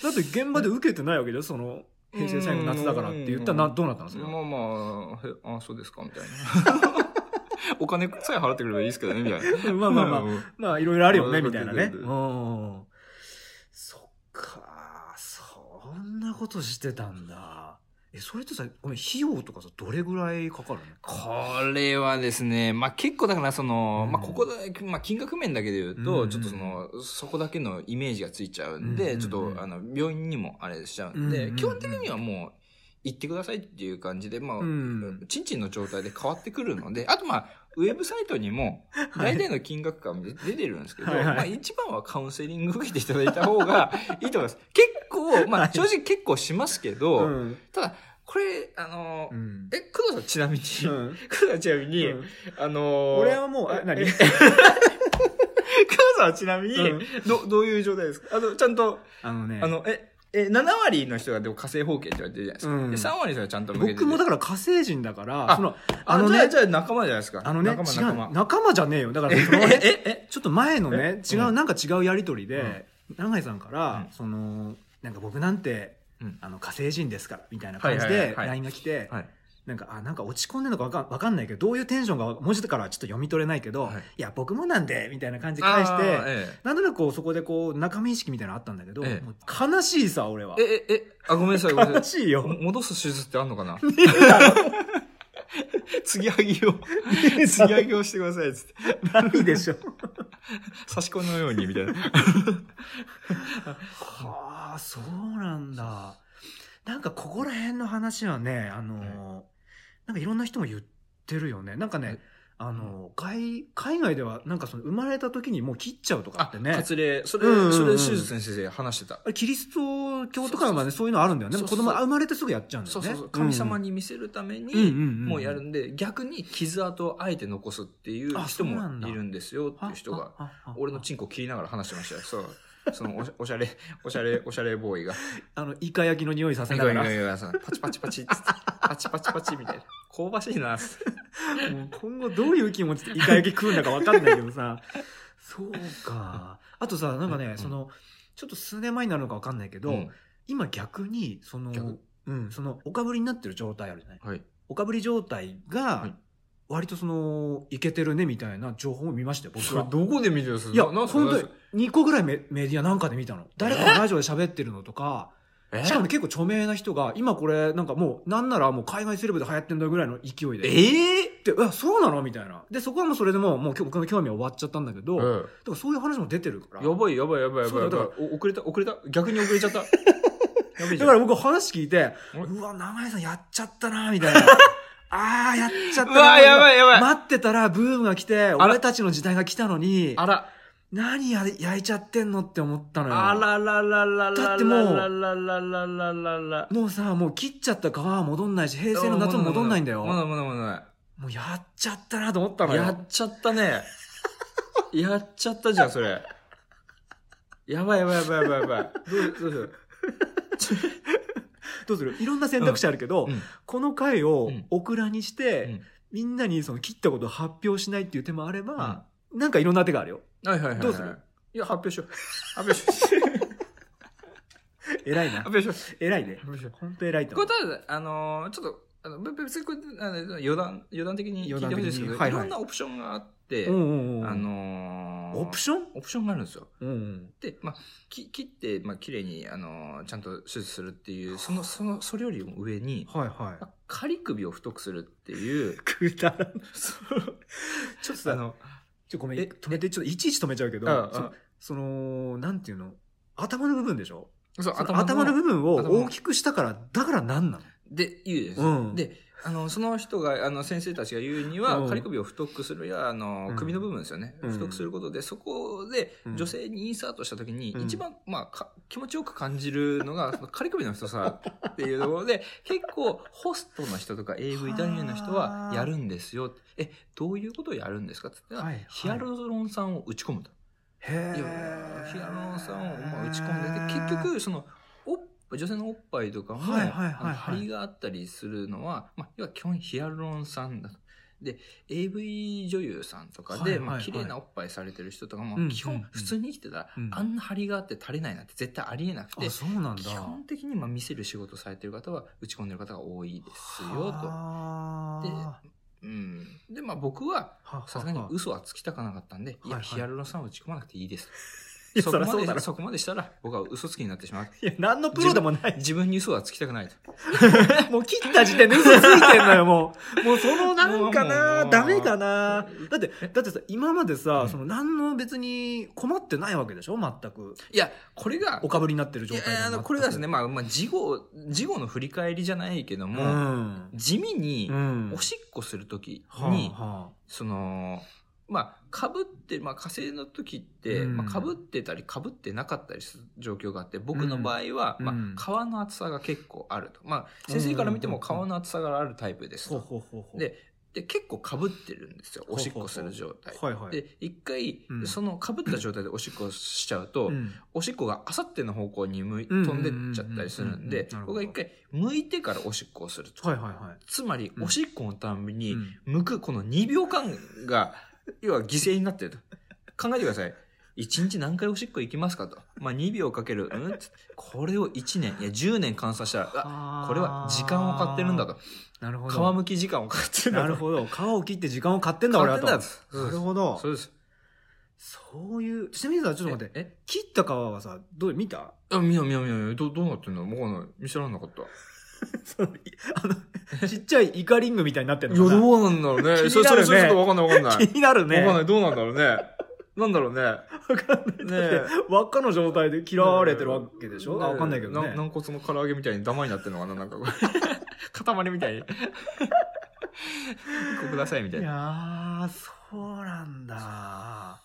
[SPEAKER 1] 現場で受けてないわけだよ、その、平成最後の夏だからって言ったらな、どうなったんですか
[SPEAKER 2] まあまあ、へあ、そうですか、みたいな。 お金さえ払ってくればいいですけどね、みたい な。
[SPEAKER 1] まあまあまあ、
[SPEAKER 2] あ。
[SPEAKER 1] まあいろいろあるよね、
[SPEAKER 2] まあ
[SPEAKER 1] みたいなね。。
[SPEAKER 2] そううん
[SPEAKER 1] そっか、そんなことしてたんだ。え、それってさ、ごめん、費用とかさ、どれぐらいかかるの
[SPEAKER 2] これはですね、まあ結構だからその、
[SPEAKER 1] うん
[SPEAKER 2] まあここだ、まあ金額面だけで言うと、
[SPEAKER 1] うん
[SPEAKER 2] ちょっとその、そこだけのイメージがついちゃうん
[SPEAKER 1] うん
[SPEAKER 2] で、
[SPEAKER 1] うん
[SPEAKER 2] ちょっとあの、病院にもあれしちゃうんで、
[SPEAKER 1] うん
[SPEAKER 2] 基本的にはもう、行ってくださいっていう感じで、まあ、
[SPEAKER 1] ん。
[SPEAKER 2] ちんちんの状態で変わってくるので、あとまあ、ウェブサイトにも、大体の金額感で出てるんですけど、
[SPEAKER 1] はいはい
[SPEAKER 2] まあ一番はカウンセリング受けていただいた方が いいと思います。結構、まあ正直結構しますけど、
[SPEAKER 1] うん。
[SPEAKER 2] ただ、これ、あの、
[SPEAKER 1] うん。
[SPEAKER 2] え、工藤さんちなみに、
[SPEAKER 1] う
[SPEAKER 2] 工
[SPEAKER 1] ん
[SPEAKER 2] 藤さんちなみに、
[SPEAKER 1] うん
[SPEAKER 2] あのー、
[SPEAKER 1] 俺はもう、あ、何
[SPEAKER 2] え工藤さんはちなみに、
[SPEAKER 1] うん
[SPEAKER 2] ど、どういう状態ですかあの、ちゃんと、
[SPEAKER 1] あのね
[SPEAKER 2] あ、の、え、え、7割の人がでも火星方形って言われてるじゃないですか。
[SPEAKER 1] うん
[SPEAKER 2] で3割の人がちゃんと向けてて
[SPEAKER 1] 僕もだから火星人だから、
[SPEAKER 2] あ
[SPEAKER 1] その、
[SPEAKER 2] あ
[SPEAKER 1] あの
[SPEAKER 2] のね、
[SPEAKER 1] ね
[SPEAKER 2] じ、ゃあ仲間じゃないですか。
[SPEAKER 1] あのね、違
[SPEAKER 2] 仲間、仲間
[SPEAKER 1] う、。仲間じゃねえよ。だから、 その
[SPEAKER 2] え
[SPEAKER 1] ね、
[SPEAKER 2] え、え、
[SPEAKER 1] ちょっと前のね、
[SPEAKER 2] え
[SPEAKER 1] 違
[SPEAKER 2] う
[SPEAKER 1] う、
[SPEAKER 2] ん
[SPEAKER 1] なんか違うやりとりで、永井さんから
[SPEAKER 2] う、ん
[SPEAKER 1] その、なんか僕なんて
[SPEAKER 2] うん、
[SPEAKER 1] あの、火星人ですから、みたいな感じ
[SPEAKER 2] はいはいは
[SPEAKER 1] で
[SPEAKER 2] い、はい
[SPEAKER 1] LINE が来て、
[SPEAKER 2] はい。
[SPEAKER 1] なんか、あ、なんか落ち込んでるのかわかんわかんないけど、どういうテンションが文字からはちょっと読み取れないけど、
[SPEAKER 2] はい
[SPEAKER 1] いや、僕もなんで、みたいな感じで返して、
[SPEAKER 2] え
[SPEAKER 1] なんとなくこう、そこでこう、仲間意識みたいなのあったんだけど、
[SPEAKER 2] ええ
[SPEAKER 1] もう悲しいさ、俺は
[SPEAKER 2] え、。え、え、あ、ごめんなさい、ごめんな
[SPEAKER 1] 悲
[SPEAKER 2] さ
[SPEAKER 1] しい
[SPEAKER 2] い。も
[SPEAKER 1] よ。
[SPEAKER 2] 戻す手術ってあんのかな 継ぎはぎを、継ぎはぎをしてください、つって。
[SPEAKER 1] ないでしょ。
[SPEAKER 2] 差し込みのように、みたいな。
[SPEAKER 1] はあそうなんだなんかここら辺の話はねあのー、なんかいろんな人も言ってるよねなんか
[SPEAKER 2] はい
[SPEAKER 1] ねあのー外海外ではなんかその生まれた時にもう切っちゃうとか
[SPEAKER 2] あ
[SPEAKER 1] ってね
[SPEAKER 2] 割礼。それ、
[SPEAKER 1] うんうんうん
[SPEAKER 2] それ手術の先生話してた。
[SPEAKER 1] あれキリスト教とかはねそういうのあるんだよね
[SPEAKER 2] そうそ
[SPEAKER 1] 子
[SPEAKER 2] う
[SPEAKER 1] 供が生まれてすぐやっちゃうんだよ
[SPEAKER 2] そう
[SPEAKER 1] ね
[SPEAKER 2] そうそう。神様
[SPEAKER 1] に
[SPEAKER 2] に見せるために、も
[SPEAKER 1] も
[SPEAKER 2] うやるんで、逆に傷跡をあえて残すっていう人
[SPEAKER 1] あそうなん
[SPEAKER 2] も
[SPEAKER 1] だ
[SPEAKER 2] いるんですよっていう人が、俺のチンコ切りながら話してましたよ。そう。そのおしおしゃれ、おしゃれ、おしゃれボーイが。
[SPEAKER 1] あのイカ焼きの匂いさせ
[SPEAKER 2] い
[SPEAKER 1] な
[SPEAKER 2] や
[SPEAKER 1] が
[SPEAKER 2] い
[SPEAKER 1] ら
[SPEAKER 2] やいやさパチパチパチっつって、パチパチパチみたいな。香ばしいなっつって。
[SPEAKER 1] もう今後どういう気持ちでイカ焼き食うんだか分かんないけどさそうかあとさなんかね、
[SPEAKER 2] うん
[SPEAKER 1] そのちょっと数年前になるのか分かんないけど、
[SPEAKER 2] うん
[SPEAKER 1] 今逆にその
[SPEAKER 2] 逆
[SPEAKER 1] うん、そのおかぶりになってる状態あるじゃない
[SPEAKER 2] はい。
[SPEAKER 1] おかぶり状態
[SPEAKER 2] は
[SPEAKER 1] が
[SPEAKER 2] い
[SPEAKER 1] 割とそのいけてるねみたいな情報を見ましたよ僕
[SPEAKER 2] それ
[SPEAKER 1] は。
[SPEAKER 2] どこで見てるんですか
[SPEAKER 1] いや
[SPEAKER 2] なな
[SPEAKER 1] 本当に2個ぐらいメメディアなんかで見たの誰かがラジオで喋ってるのと か
[SPEAKER 2] え
[SPEAKER 1] しかもね結構著名な人が今これなんかもうなんならもう海外セレブで流行ってんだぐらいの勢いで
[SPEAKER 2] ええ
[SPEAKER 1] で、え、そうなのみたいな。で、そこはもうそれでもう、もう僕の興味は終わっちゃったんだけど、だからそういう話も出てるから。
[SPEAKER 2] やばいやばいやばいやばいや
[SPEAKER 1] そうだ
[SPEAKER 2] ばい
[SPEAKER 1] だ。
[SPEAKER 2] お遅れた、遅れた。逆に遅れちゃった。 やべえじ
[SPEAKER 1] だ
[SPEAKER 2] ゃ
[SPEAKER 1] から
[SPEAKER 2] ん
[SPEAKER 1] 僕話聞いて、
[SPEAKER 2] うん
[SPEAKER 1] うわ、長井さんやっちゃったな、みたいな。あー、やっちゃった
[SPEAKER 2] うわ
[SPEAKER 1] な。
[SPEAKER 2] ーやばいやばい
[SPEAKER 1] 待ってたらブームが来て、
[SPEAKER 2] ら
[SPEAKER 1] 俺たちの時代が来たのに、
[SPEAKER 2] あら。
[SPEAKER 1] 何やれ焼いちゃってんのって思ったのよ。
[SPEAKER 2] あららららららら。
[SPEAKER 1] だってもう
[SPEAKER 2] ららららららら。
[SPEAKER 1] もうさ、もう切っちゃった皮は戻んないし、平成の夏も戻んないんだよ。
[SPEAKER 2] まだまだまだま
[SPEAKER 1] もうやっちゃったなと思ったの
[SPEAKER 2] だ。
[SPEAKER 1] よ。
[SPEAKER 2] やっちゃったね。やっちゃったじゃん、それ。やばいやばいやばいやばいやばい。どうどうする
[SPEAKER 1] どうするいろんな選択肢あるけど、
[SPEAKER 2] うんうん
[SPEAKER 1] この回を
[SPEAKER 2] うん
[SPEAKER 1] オクラにして、
[SPEAKER 2] うん
[SPEAKER 1] みんなにその切ったことを発表しないっていう手もあれば、なんかいろんな手があるよ。
[SPEAKER 2] はいはいはいはい。
[SPEAKER 1] どうする
[SPEAKER 2] いや、発表しよう。発表 しよう。
[SPEAKER 1] 偉いな
[SPEAKER 2] 発。表しよう。
[SPEAKER 1] 偉いね。
[SPEAKER 2] 発表しよう。
[SPEAKER 1] 本当偉いと
[SPEAKER 2] こ
[SPEAKER 1] 思
[SPEAKER 2] れ
[SPEAKER 1] う。
[SPEAKER 2] ただ、あのーちょっと、あの、べ別にこれ、あの余談、余談的に聞いてほしいですけど、
[SPEAKER 1] 余談的にはいはい
[SPEAKER 2] いろんなオプションがあって、
[SPEAKER 1] うんうんうん
[SPEAKER 2] あのー
[SPEAKER 1] オプション
[SPEAKER 2] オプションがあるんですよ。
[SPEAKER 1] うんうん。
[SPEAKER 2] で、まあ、き切って、まあ、綺麗に、あのーちゃんと手術するっていう、その、その、それよりも上に、
[SPEAKER 1] はいはい。
[SPEAKER 2] 仮首を太くするっていう、
[SPEAKER 1] くだらん。ちょっと
[SPEAKER 2] あ
[SPEAKER 1] さ、
[SPEAKER 2] の、
[SPEAKER 1] ちょごめん、
[SPEAKER 2] え
[SPEAKER 1] 止めて、ちょっといちいち止めちゃうけど、
[SPEAKER 2] ああ
[SPEAKER 1] そその、なんていうの頭の部分でしょ
[SPEAKER 2] そう、
[SPEAKER 1] その頭の部分を大きくしたから、だからなんなの
[SPEAKER 2] で、言うです。
[SPEAKER 1] うん
[SPEAKER 2] で、あの、その人が、あの、先生たちが言うには、
[SPEAKER 1] うん
[SPEAKER 2] 仮首を太くするや、あの
[SPEAKER 1] うん、
[SPEAKER 2] 首の部分ですよね。
[SPEAKER 1] うん
[SPEAKER 2] 太くすることで、そこで
[SPEAKER 1] うん、
[SPEAKER 2] 女性にインサートした時に
[SPEAKER 1] う、ん
[SPEAKER 2] 一番、まあか、気持ちよく感じる のが、その仮首の太さっていうところで、結構、ホストの人とか AV 男優の人は
[SPEAKER 1] は、ー
[SPEAKER 2] やるんですよ。え、どういうことをやるんですかって言った
[SPEAKER 1] はい
[SPEAKER 2] ら
[SPEAKER 1] はい、
[SPEAKER 2] ヒアルロン酸を打ち込むと。
[SPEAKER 1] へ
[SPEAKER 2] いやいやヒアルロン酸をまあ打ち込んでて、結局、その、おっ女性のおっぱいとかも、
[SPEAKER 1] はいはいはいはい
[SPEAKER 2] あの張りがあったりするのは、まあ、要は基本ヒアルロン酸だと。で、AV 女優さんとかで、
[SPEAKER 1] はいはいはい
[SPEAKER 2] まあ、綺麗なおっぱいされてる人とかも、
[SPEAKER 1] うん
[SPEAKER 2] 基
[SPEAKER 1] うん
[SPEAKER 2] 本
[SPEAKER 1] うん
[SPEAKER 2] 普通に生きてたら、
[SPEAKER 1] うん
[SPEAKER 2] あんな張りがあって垂れないなんて絶対ありえなくて
[SPEAKER 1] あ、、そうなんだ。
[SPEAKER 2] 基本的にまあ見せる仕事されてる方は打ち込んでる方が多いですよ、と。
[SPEAKER 1] は
[SPEAKER 2] で
[SPEAKER 1] あ
[SPEAKER 2] うん。で、まあ僕は、さすがに嘘はつきたかなかったんで、い
[SPEAKER 1] はいはい
[SPEAKER 2] や、ヒアルロン酸を打ち込まなくていいです。
[SPEAKER 1] いや
[SPEAKER 2] そ
[SPEAKER 1] そ
[SPEAKER 2] こ
[SPEAKER 1] りゃ
[SPEAKER 2] ま
[SPEAKER 1] そうだろ
[SPEAKER 2] で、そこまでしたら、僕は嘘つきになってしまう。
[SPEAKER 1] いや、何のプロでもない。
[SPEAKER 2] 自分に嘘はつきたくないと。
[SPEAKER 1] もう切った時点で嘘ついてんのよ、もう。もうそのなんか
[SPEAKER 2] もうもう
[SPEAKER 1] な
[SPEAKER 2] もう
[SPEAKER 1] ダメかなだって
[SPEAKER 2] え、
[SPEAKER 1] だってさ、今までさ、
[SPEAKER 2] うん
[SPEAKER 1] その何の別に困ってないわけでしょ全く。
[SPEAKER 2] いや、これが
[SPEAKER 1] お、かぶりになってる
[SPEAKER 2] い
[SPEAKER 1] 状
[SPEAKER 2] や
[SPEAKER 1] 態で
[SPEAKER 2] あのこれがですね、。まあ、まあ、事後、事後の振り返りじゃないけど
[SPEAKER 1] 全く
[SPEAKER 2] も、
[SPEAKER 1] うん。
[SPEAKER 2] 地味に
[SPEAKER 1] う、ん。
[SPEAKER 2] おしっこするとき
[SPEAKER 1] はあ
[SPEAKER 2] に、
[SPEAKER 1] は
[SPEAKER 2] その、まあ、かぶって、まあ、火星の時って、
[SPEAKER 1] うん
[SPEAKER 2] まあ、かぶってたり、かぶってなかったりする状況があって、僕の場合は、
[SPEAKER 1] うん
[SPEAKER 2] ま
[SPEAKER 1] うん
[SPEAKER 2] あ、皮の厚さが結構あると。まあ、先生から見ても
[SPEAKER 1] うん
[SPEAKER 2] 皮の厚さがあるタイプで
[SPEAKER 1] あ
[SPEAKER 2] す
[SPEAKER 1] ほう
[SPEAKER 2] と。
[SPEAKER 1] ほうほうほう。
[SPEAKER 2] で、で、結構かぶってるんですよ。おしっこする状態。
[SPEAKER 1] はいはい。
[SPEAKER 2] で、一回
[SPEAKER 1] う、ん
[SPEAKER 2] そのかぶった状態でおしっこしちゃうと、
[SPEAKER 1] うん、
[SPEAKER 2] おしっこがあさっての方向に向い
[SPEAKER 1] うんうん
[SPEAKER 2] 飛んでっちゃったりするんで
[SPEAKER 1] うんうんうんなる、ほ
[SPEAKER 2] 僕
[SPEAKER 1] ど
[SPEAKER 2] が一回向いてからおしっこをすると。
[SPEAKER 1] はいはいは
[SPEAKER 2] つまり、
[SPEAKER 1] うん
[SPEAKER 2] おしっこのため
[SPEAKER 1] い。
[SPEAKER 2] に
[SPEAKER 1] う、ん
[SPEAKER 2] 向くこの2秒間が、要は犠牲になってると。考えてください。1日何回おしっこ行きますかと。まあ、2秒かける、うんつってこれを1年、いや、10年換算したら、あこれは時間を買ってるんだ。と。
[SPEAKER 1] なるほ
[SPEAKER 2] 皮
[SPEAKER 1] ど。
[SPEAKER 2] むき時間を買 ってるんだと。
[SPEAKER 1] なるほど。皮を切って時間を買ってんだ、
[SPEAKER 2] 買
[SPEAKER 1] 俺
[SPEAKER 2] っ
[SPEAKER 1] はと。
[SPEAKER 2] てん
[SPEAKER 1] な
[SPEAKER 2] だと。そう
[SPEAKER 1] る
[SPEAKER 2] です
[SPEAKER 1] ほど。
[SPEAKER 2] そうです。
[SPEAKER 1] そういう、ちなみにさ、ちょっと待って。
[SPEAKER 2] え
[SPEAKER 1] 切った皮はさ、どう、見た
[SPEAKER 2] えあ、見よう見よう見よう見よう。ど、どうなってんのわかんない。見せられなかった。
[SPEAKER 1] そのい あの、ちっちゃいイカリングみたいになってる
[SPEAKER 2] いや、
[SPEAKER 1] のかな
[SPEAKER 2] どうなんだろうね。
[SPEAKER 1] 気になるね
[SPEAKER 2] それ、それ、それちょっとわかんないわかんない。
[SPEAKER 1] 気になるね。
[SPEAKER 2] わかんない。どうなんだろうね。なんだろうね。わかんない。ねえ。
[SPEAKER 1] 輪っかの状態で嫌われてるわけでしょ、
[SPEAKER 2] ね
[SPEAKER 1] あわかんないけどね。
[SPEAKER 2] 軟骨の唐揚げみたいにダマになってるのかななんか こう塊みたい に。ここくださいみたい
[SPEAKER 1] い
[SPEAKER 2] な。
[SPEAKER 1] やー、そうなんだ。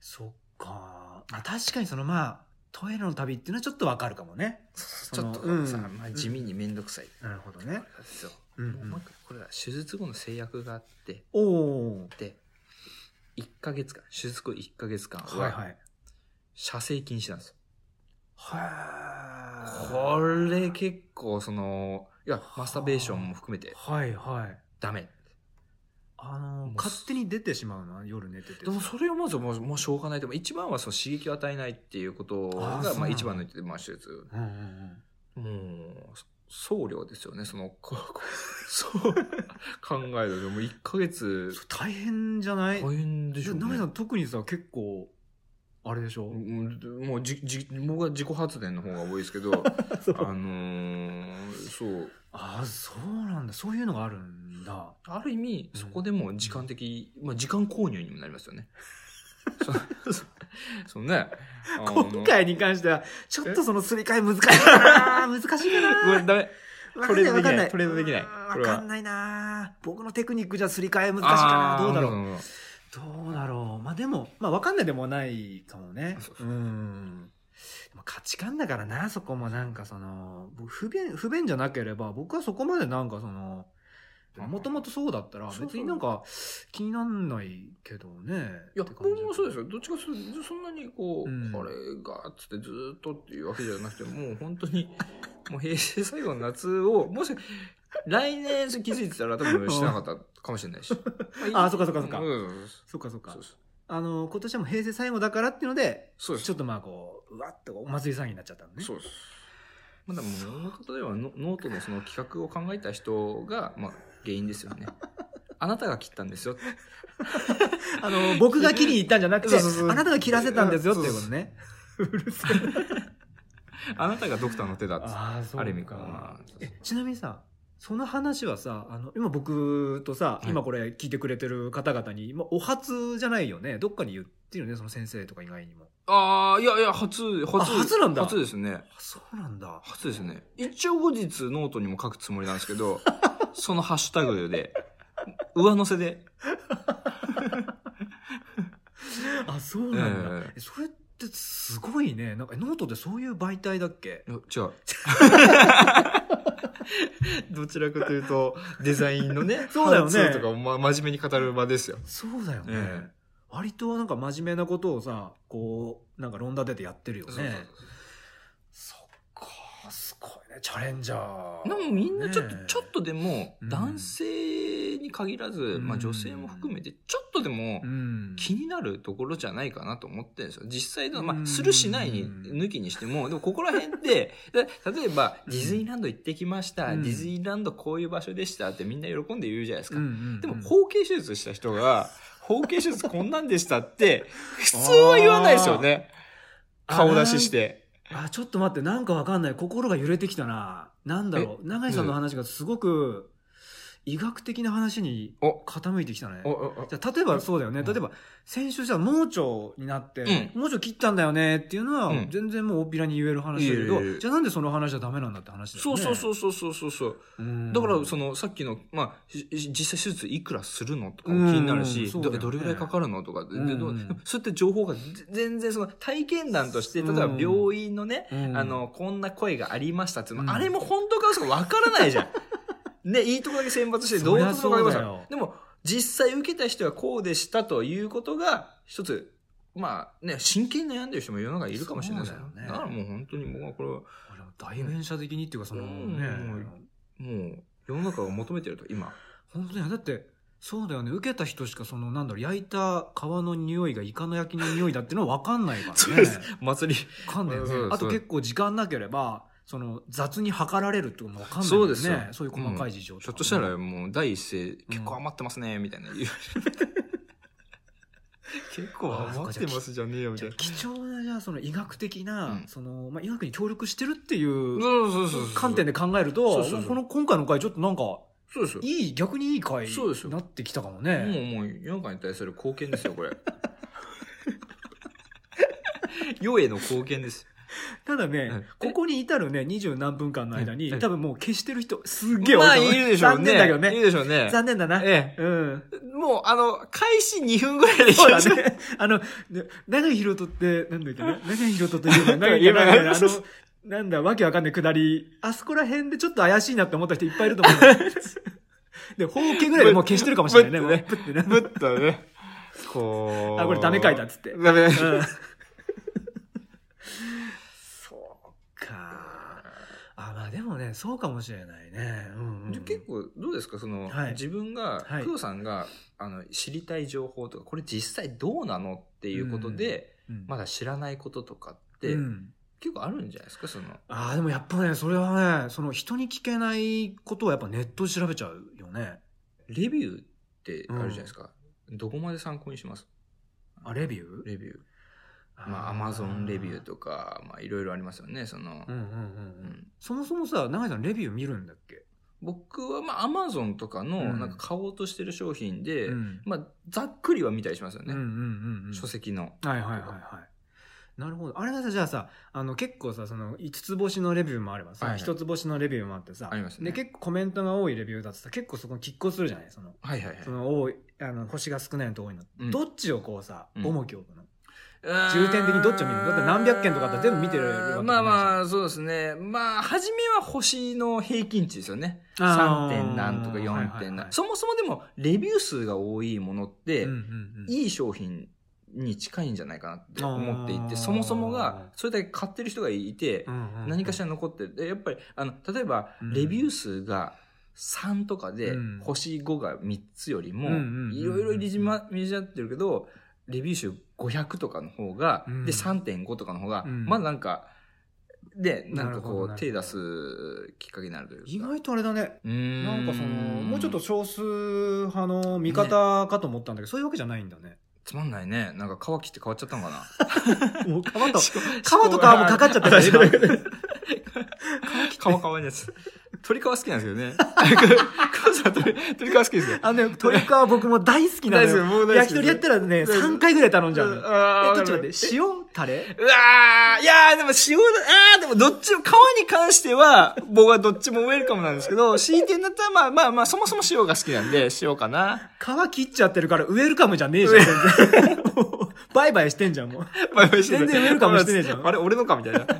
[SPEAKER 1] そっか。まあ確かにそのまあ、トイレの旅っていうのはちょっとわかるかもね。
[SPEAKER 2] ちょっと
[SPEAKER 1] その
[SPEAKER 2] さ、
[SPEAKER 1] うん
[SPEAKER 2] まあ、地味にめんどくさい。
[SPEAKER 1] なるほどね。
[SPEAKER 2] そう。
[SPEAKER 1] うん、う。
[SPEAKER 2] もうん一回これは手術後の制約があって、
[SPEAKER 1] おー。
[SPEAKER 2] で、1ヶ月間、手術後1ヶ月間
[SPEAKER 1] はいは
[SPEAKER 2] は、
[SPEAKER 1] い。
[SPEAKER 2] 射精禁止なんですよ。
[SPEAKER 1] は
[SPEAKER 2] これ結構その、いや、マスターベーションも含めて
[SPEAKER 1] はいはい。
[SPEAKER 2] ダメ。
[SPEAKER 1] あの
[SPEAKER 2] もう
[SPEAKER 1] ー、勝手に出てしまうな、夜寝てて。
[SPEAKER 2] でもそれはまずもうもうしょうがないと思う。一番はその刺激を与えないっていうことが
[SPEAKER 1] あーそうなんだ
[SPEAKER 2] まあ一番の言ってまあ手術
[SPEAKER 1] うんうんうん。
[SPEAKER 2] もう、そ送料ですよね、その、ここそう考えると、もう1ヶ月、
[SPEAKER 1] それ大変じゃない
[SPEAKER 2] 大変でしょう、
[SPEAKER 1] ナメ
[SPEAKER 2] ね
[SPEAKER 1] さ。ん特にさ、結構、あれでしょ、
[SPEAKER 2] うんもうじじ、僕は自己発電の方が多いですけ ど、あ
[SPEAKER 1] そう
[SPEAKER 2] のーそう。
[SPEAKER 1] ああ、そうなんだ。そういうのがあるんだ。
[SPEAKER 2] ある意味、
[SPEAKER 1] うん
[SPEAKER 2] そこでも時間的、まあ、時間購入にもなりますよ ね。そそそうね。あ の
[SPEAKER 1] 今回に関しては、ちょっとそのすり替え難しいかな。難しい
[SPEAKER 2] ご
[SPEAKER 1] か
[SPEAKER 2] め
[SPEAKER 1] な。
[SPEAKER 2] ん、ダメ。
[SPEAKER 1] わ
[SPEAKER 2] ト
[SPEAKER 1] かん
[SPEAKER 2] レ
[SPEAKER 1] な
[SPEAKER 2] ー
[SPEAKER 1] いわ
[SPEAKER 2] ドでき
[SPEAKER 1] かん
[SPEAKER 2] な。
[SPEAKER 1] ないい
[SPEAKER 2] トレードできない。
[SPEAKER 1] わ
[SPEAKER 2] これ
[SPEAKER 1] か
[SPEAKER 2] は
[SPEAKER 1] んないな僕のテクニックじゃすり替え難しいかなどうだろう
[SPEAKER 2] う。
[SPEAKER 1] どうだろうまあでもまあわかんないでもないかもねうんでも価値観だからなそこもなんかその僕不便不便じゃなければ僕はそこまでなんかそのもともとそうだったら
[SPEAKER 2] そうそう
[SPEAKER 1] 別になんか気になんないけどね
[SPEAKER 2] いや、
[SPEAKER 1] って
[SPEAKER 2] 僕
[SPEAKER 1] 感じ
[SPEAKER 2] もそうですよ。どっちかというと、そんなにこう、
[SPEAKER 1] うん
[SPEAKER 2] これが、つってずーっとっていうわけじゃなくて、もう本当に、 もう平成最後の夏を、もし、来年気づいてたら多分してなかったかもしれないし。
[SPEAKER 1] あそっかそっかそっか
[SPEAKER 2] うん
[SPEAKER 1] そうかそうか
[SPEAKER 2] そうそう
[SPEAKER 1] あの今年はもう平成最後だからっていうので
[SPEAKER 2] そうです
[SPEAKER 1] ちょっとまあこううわっとお祭り騒ぎになっちゃったのね
[SPEAKER 2] そうです。まあでも、例えばノノートのその企画を考えた人が、まあ、原因ですよ ね。あなたが切ったんですよ。
[SPEAKER 1] あの僕が切りに行ったんじゃなくて
[SPEAKER 2] そうそうそう
[SPEAKER 1] あなたが切らせたんですよっていうことね
[SPEAKER 2] あなたがドクターの手だっつって。
[SPEAKER 1] ああそ
[SPEAKER 2] ある意味かな。
[SPEAKER 1] えちなみにさその話はさあの今僕とさ、
[SPEAKER 2] はい
[SPEAKER 1] 今これ聞いてくれてる方々に、まあ、お初じゃないよねどっかに言ってるよねその先生とか以外にも
[SPEAKER 2] ああ、いやいや、初、初。
[SPEAKER 1] あ初なんだ
[SPEAKER 2] 初ですね。
[SPEAKER 1] あそうなんだ
[SPEAKER 2] 初ですね。一応後日ノートにも書くつもりなんですけ ど、そのハッシュタグで、上乗せで。
[SPEAKER 1] あそうなんだ、
[SPEAKER 2] ええ
[SPEAKER 1] えそれってすごいねなんかえノートってそういう媒体だっけ
[SPEAKER 2] いや違う。 どちらかというと、デザイン のね、
[SPEAKER 1] そうだよね
[SPEAKER 2] ハウツーとかを、ま、真面目に語る場ですよ。
[SPEAKER 1] そうだよね、
[SPEAKER 2] ええ
[SPEAKER 1] 割となんか真面目なことをさこうなんか論立ててやってるよね
[SPEAKER 2] そうそう
[SPEAKER 1] そっかすごいねチャレンジャー
[SPEAKER 2] そうでもみんなちょっと、
[SPEAKER 1] ねえ
[SPEAKER 2] ちょっとでも
[SPEAKER 1] う、ん
[SPEAKER 2] 男性に限らず、まあ
[SPEAKER 1] うん
[SPEAKER 2] 女性も含めて、ちょっとでも
[SPEAKER 1] う、ん
[SPEAKER 2] 気になるところじゃないかなと思ってるんですよ。実際の、
[SPEAKER 1] う
[SPEAKER 2] まあ、
[SPEAKER 1] ん
[SPEAKER 2] するしないに、抜きにしても、でもここら辺って、で例えば、ディズニーランド行ってきました、
[SPEAKER 1] うん
[SPEAKER 2] ディズニーランドこういう場所でしたってみんな喜んで言うじゃないですか。
[SPEAKER 1] うんうんうん
[SPEAKER 2] でも、包茎手術した人が、包茎手術こんなんでしたって、普通は言わないですよね。
[SPEAKER 1] あー
[SPEAKER 2] 顔出しして。
[SPEAKER 1] あ、ちょっと待って、なんかわかんない。心が揺れてきたな。なんだろう。永井さんの話がすごく、医学的な話に
[SPEAKER 2] お
[SPEAKER 1] 傾いてきたね
[SPEAKER 2] お。お
[SPEAKER 1] じゃあ例えばそうだよね。
[SPEAKER 2] うん
[SPEAKER 1] 例えば、先週じゃあ盲腸になって、
[SPEAKER 2] う
[SPEAKER 1] 盲腸切ったんだよねっていうのは、
[SPEAKER 2] うん
[SPEAKER 1] 全然もう大っぴらに言える話だけ
[SPEAKER 2] いえいえい
[SPEAKER 1] ど、
[SPEAKER 2] え
[SPEAKER 1] じゃあなんでその話はダメなんだって話だよ
[SPEAKER 2] そう
[SPEAKER 1] ね。
[SPEAKER 2] そうそうそうそうそうそう。
[SPEAKER 1] うん。
[SPEAKER 2] だから、その、さっきの、まあ、しし実際手術いくらするのとかも気になる
[SPEAKER 1] うんう
[SPEAKER 2] し
[SPEAKER 1] ん、そうだよ
[SPEAKER 2] ど
[SPEAKER 1] ね
[SPEAKER 2] どれぐらいかかるのとか、で
[SPEAKER 1] うん
[SPEAKER 2] でどうそういった情報がぜ全然その体験談として、例えば
[SPEAKER 1] うん
[SPEAKER 2] 病院のね、
[SPEAKER 1] うん
[SPEAKER 2] あの、こんな声がありましたっていうの、
[SPEAKER 1] うん
[SPEAKER 2] あれも本当か嘘かわからないじゃ ん。ね、いいとこだけ選抜して、どうともわかりまし
[SPEAKER 1] そりゃそうだよ
[SPEAKER 2] た。でも、実際受けた人はこうでしたということが、一つ、まあね、真剣に悩んでる人も世の中いるかもしれないですよ
[SPEAKER 1] そうだよね
[SPEAKER 2] だからもう本当に僕はこれは、
[SPEAKER 1] あの代弁者的にっていうか、その、
[SPEAKER 2] うん
[SPEAKER 1] ね、
[SPEAKER 2] うんもう、世の中が求めてると、今。
[SPEAKER 1] 本当だよ。だって、そうだよね。受けた人しか、その、なんだろう、焼いた皮の匂いがイカの焼きの匂いだっていうのはわかんないからね。
[SPEAKER 2] そうです祭り。
[SPEAKER 1] かんだよね
[SPEAKER 2] そうです
[SPEAKER 1] あと結構時間なければその雑に測られるってこともわかんない
[SPEAKER 2] そ
[SPEAKER 1] も
[SPEAKER 2] うんで
[SPEAKER 1] ね
[SPEAKER 2] す
[SPEAKER 1] そ
[SPEAKER 2] よ
[SPEAKER 1] ういう細かい事情
[SPEAKER 2] ちょっとしたらもう第一声、結構余ってますね、みたい な言う。結構
[SPEAKER 1] 余ってます
[SPEAKER 2] じゃねえよ、み
[SPEAKER 1] じゃあ
[SPEAKER 2] な。
[SPEAKER 1] 貴重なじゃあその医学的な、
[SPEAKER 2] うん
[SPEAKER 1] そのまあ、医学に協力してるっていう
[SPEAKER 2] そうそうそうそう。
[SPEAKER 1] 観点
[SPEAKER 2] で。
[SPEAKER 1] で考えると
[SPEAKER 2] そうそうそう
[SPEAKER 1] もうこの今回の回ちょっとなんか
[SPEAKER 2] そうですよ。
[SPEAKER 1] いい逆にいい回
[SPEAKER 2] そうです
[SPEAKER 1] に
[SPEAKER 2] よ
[SPEAKER 1] なってきたかも
[SPEAKER 2] も
[SPEAKER 1] ね
[SPEAKER 2] うもう、世の中に対する貢献ですよ、これ。世への貢献です。
[SPEAKER 1] ただね、
[SPEAKER 2] うん
[SPEAKER 1] ここに至るね二十何分間の間に、
[SPEAKER 2] うん
[SPEAKER 1] 多分もう消してる人すっげえ多い
[SPEAKER 2] まあ、
[SPEAKER 1] と思う
[SPEAKER 2] いるでしょう
[SPEAKER 1] 残
[SPEAKER 2] ね。
[SPEAKER 1] 念だけど
[SPEAKER 2] い
[SPEAKER 1] ね
[SPEAKER 2] るでしょうね。
[SPEAKER 1] 残念だな、
[SPEAKER 2] え
[SPEAKER 1] うん
[SPEAKER 2] え。もう、あの、開始2分ぐらいで
[SPEAKER 1] そうだ
[SPEAKER 2] しょ
[SPEAKER 1] ね。あの、ね長井宏人って、なんだっけな長井宏人といえば、長井
[SPEAKER 2] 言えば
[SPEAKER 1] 宏人あの、なんだ、わけわかんないくだり、あそこら辺でちょっと怪しいなって思った人いっぱいいると思うんだ よで、方形ぐらいでもう消してるかもしれないね。もう
[SPEAKER 2] ぶっ
[SPEAKER 1] ぶってね。
[SPEAKER 2] ぶったね。こう。
[SPEAKER 1] あ、これダメ書いたっつって。
[SPEAKER 2] ダメ。
[SPEAKER 1] うんそうか。あ、まあでもね、そうかもしれないね。うんうん
[SPEAKER 2] で結構どうですかその、
[SPEAKER 1] はい
[SPEAKER 2] 自分が、
[SPEAKER 1] はい
[SPEAKER 2] 工藤さんがあの知りたい情報とかこれ実際どうなのっていうことで、
[SPEAKER 1] うん
[SPEAKER 2] まだ知らないこととかって、
[SPEAKER 1] うん
[SPEAKER 2] 結構あるんじゃないですかその
[SPEAKER 1] ああ、でもやっぱね、それはね、その人に聞けないことをやっぱネットで調べちゃうよね。
[SPEAKER 2] レビューってあるじゃないですか、どこまで参考にします
[SPEAKER 1] あ、レビュー
[SPEAKER 2] レビューまあアマゾンレビューとかまあいろいろありますよねその、
[SPEAKER 1] うんうんうん
[SPEAKER 2] う
[SPEAKER 1] うん
[SPEAKER 2] ん
[SPEAKER 1] そもそもさ永井さんレビュー見るんだっけ
[SPEAKER 2] 僕はまあアマゾンとかの
[SPEAKER 1] うん
[SPEAKER 2] なんか買おうとしてる商品で、
[SPEAKER 1] うん
[SPEAKER 2] まあざっくりは見たりしますよ
[SPEAKER 1] うんうん
[SPEAKER 2] ね、
[SPEAKER 1] うんうん
[SPEAKER 2] 書籍の
[SPEAKER 1] はいはいはいはいなるほど。あれはさ、じゃあさ、あの、結構さ、その、5つ星のレビューもあれば
[SPEAKER 2] はい
[SPEAKER 1] さ、
[SPEAKER 2] はい
[SPEAKER 1] 一つ星のレビューもあってさ
[SPEAKER 2] あ、りましたね。
[SPEAKER 1] で、結構コメントが多いレビューだとさ、結構そこに拮抗するじゃないその、
[SPEAKER 2] はいはいはい
[SPEAKER 1] そ。の、多い、あの、星が少ないのと多いの。
[SPEAKER 2] うん
[SPEAKER 1] どっちをこうさ、
[SPEAKER 2] うん
[SPEAKER 1] 重きを置くの重
[SPEAKER 2] 重
[SPEAKER 1] 点的にどっちを見るのだって何百件とかあったら全部見てるわけじゃん
[SPEAKER 2] まあまあ、そうですね。まあ、初めは星の平均値ですよね。
[SPEAKER 1] あ
[SPEAKER 2] 3
[SPEAKER 1] ー
[SPEAKER 2] 点何とか
[SPEAKER 1] はいはい
[SPEAKER 2] 4
[SPEAKER 1] はい
[SPEAKER 2] 点何。そもそもでも、レビュー数が多いものって、
[SPEAKER 1] うんうんうん
[SPEAKER 2] いい商品に近いんじゃないかなって思ってい
[SPEAKER 1] あ
[SPEAKER 2] て、
[SPEAKER 1] ー
[SPEAKER 2] そもそもが、それだけ買ってる人がいて
[SPEAKER 1] う、んうん
[SPEAKER 2] 何かしら残ってる。でやっぱり、あの、例えば
[SPEAKER 1] う、ん
[SPEAKER 2] レビュー数が、3とかで
[SPEAKER 1] うん、
[SPEAKER 2] 星5が3つよりも
[SPEAKER 1] うんうんうんう、ん
[SPEAKER 2] いろいろ入りじま、入りじまってるけど、レビュー数500とかの方が、
[SPEAKER 1] うん
[SPEAKER 2] で、3.5とかの方が、
[SPEAKER 1] うん
[SPEAKER 2] まだなんか、で、なん
[SPEAKER 1] な
[SPEAKER 2] か
[SPEAKER 1] るほ
[SPEAKER 2] こ
[SPEAKER 1] ど
[SPEAKER 2] う、
[SPEAKER 1] ね
[SPEAKER 2] 手出すきっかけになるというか。
[SPEAKER 1] 意外とあれだね。
[SPEAKER 2] うーん
[SPEAKER 1] なんかその、もうちょっと、少数派の味方かと思ったんだけど、そういうわけじゃないんだ ね。
[SPEAKER 2] つまんないね。なんか、皮切って変わっちゃったのかな。
[SPEAKER 1] もう、川と、
[SPEAKER 2] 皮
[SPEAKER 1] 川とかもかかっちゃった
[SPEAKER 2] か
[SPEAKER 1] からら、今。
[SPEAKER 2] 皮皮皮のやつ。鳥皮好きなんですよね。 母さん鳥鳥皮好きですよ。
[SPEAKER 1] あのね、鶏皮は僕も大好きなのよ。
[SPEAKER 2] もう
[SPEAKER 1] 焼き鳥やったらね、3回ぐらい頼んじゃうのよ。
[SPEAKER 2] あ
[SPEAKER 1] え、どっちまで
[SPEAKER 2] て
[SPEAKER 1] 塩タレ
[SPEAKER 2] うわーいやーでも塩だ、あーでもどっちも、皮に関しては、僕はどっちもウェルカムなんですけど、強いてんだったらまあまあまあ、そもそも塩が好きなんで、塩かな。
[SPEAKER 1] 皮切っちゃってるから、ウェルカムじゃねえじゃん、全然。もうバイバイしてんじゃん、もう。全然ウェルカムしてねえじゃん
[SPEAKER 2] あれ、俺のかみたいな。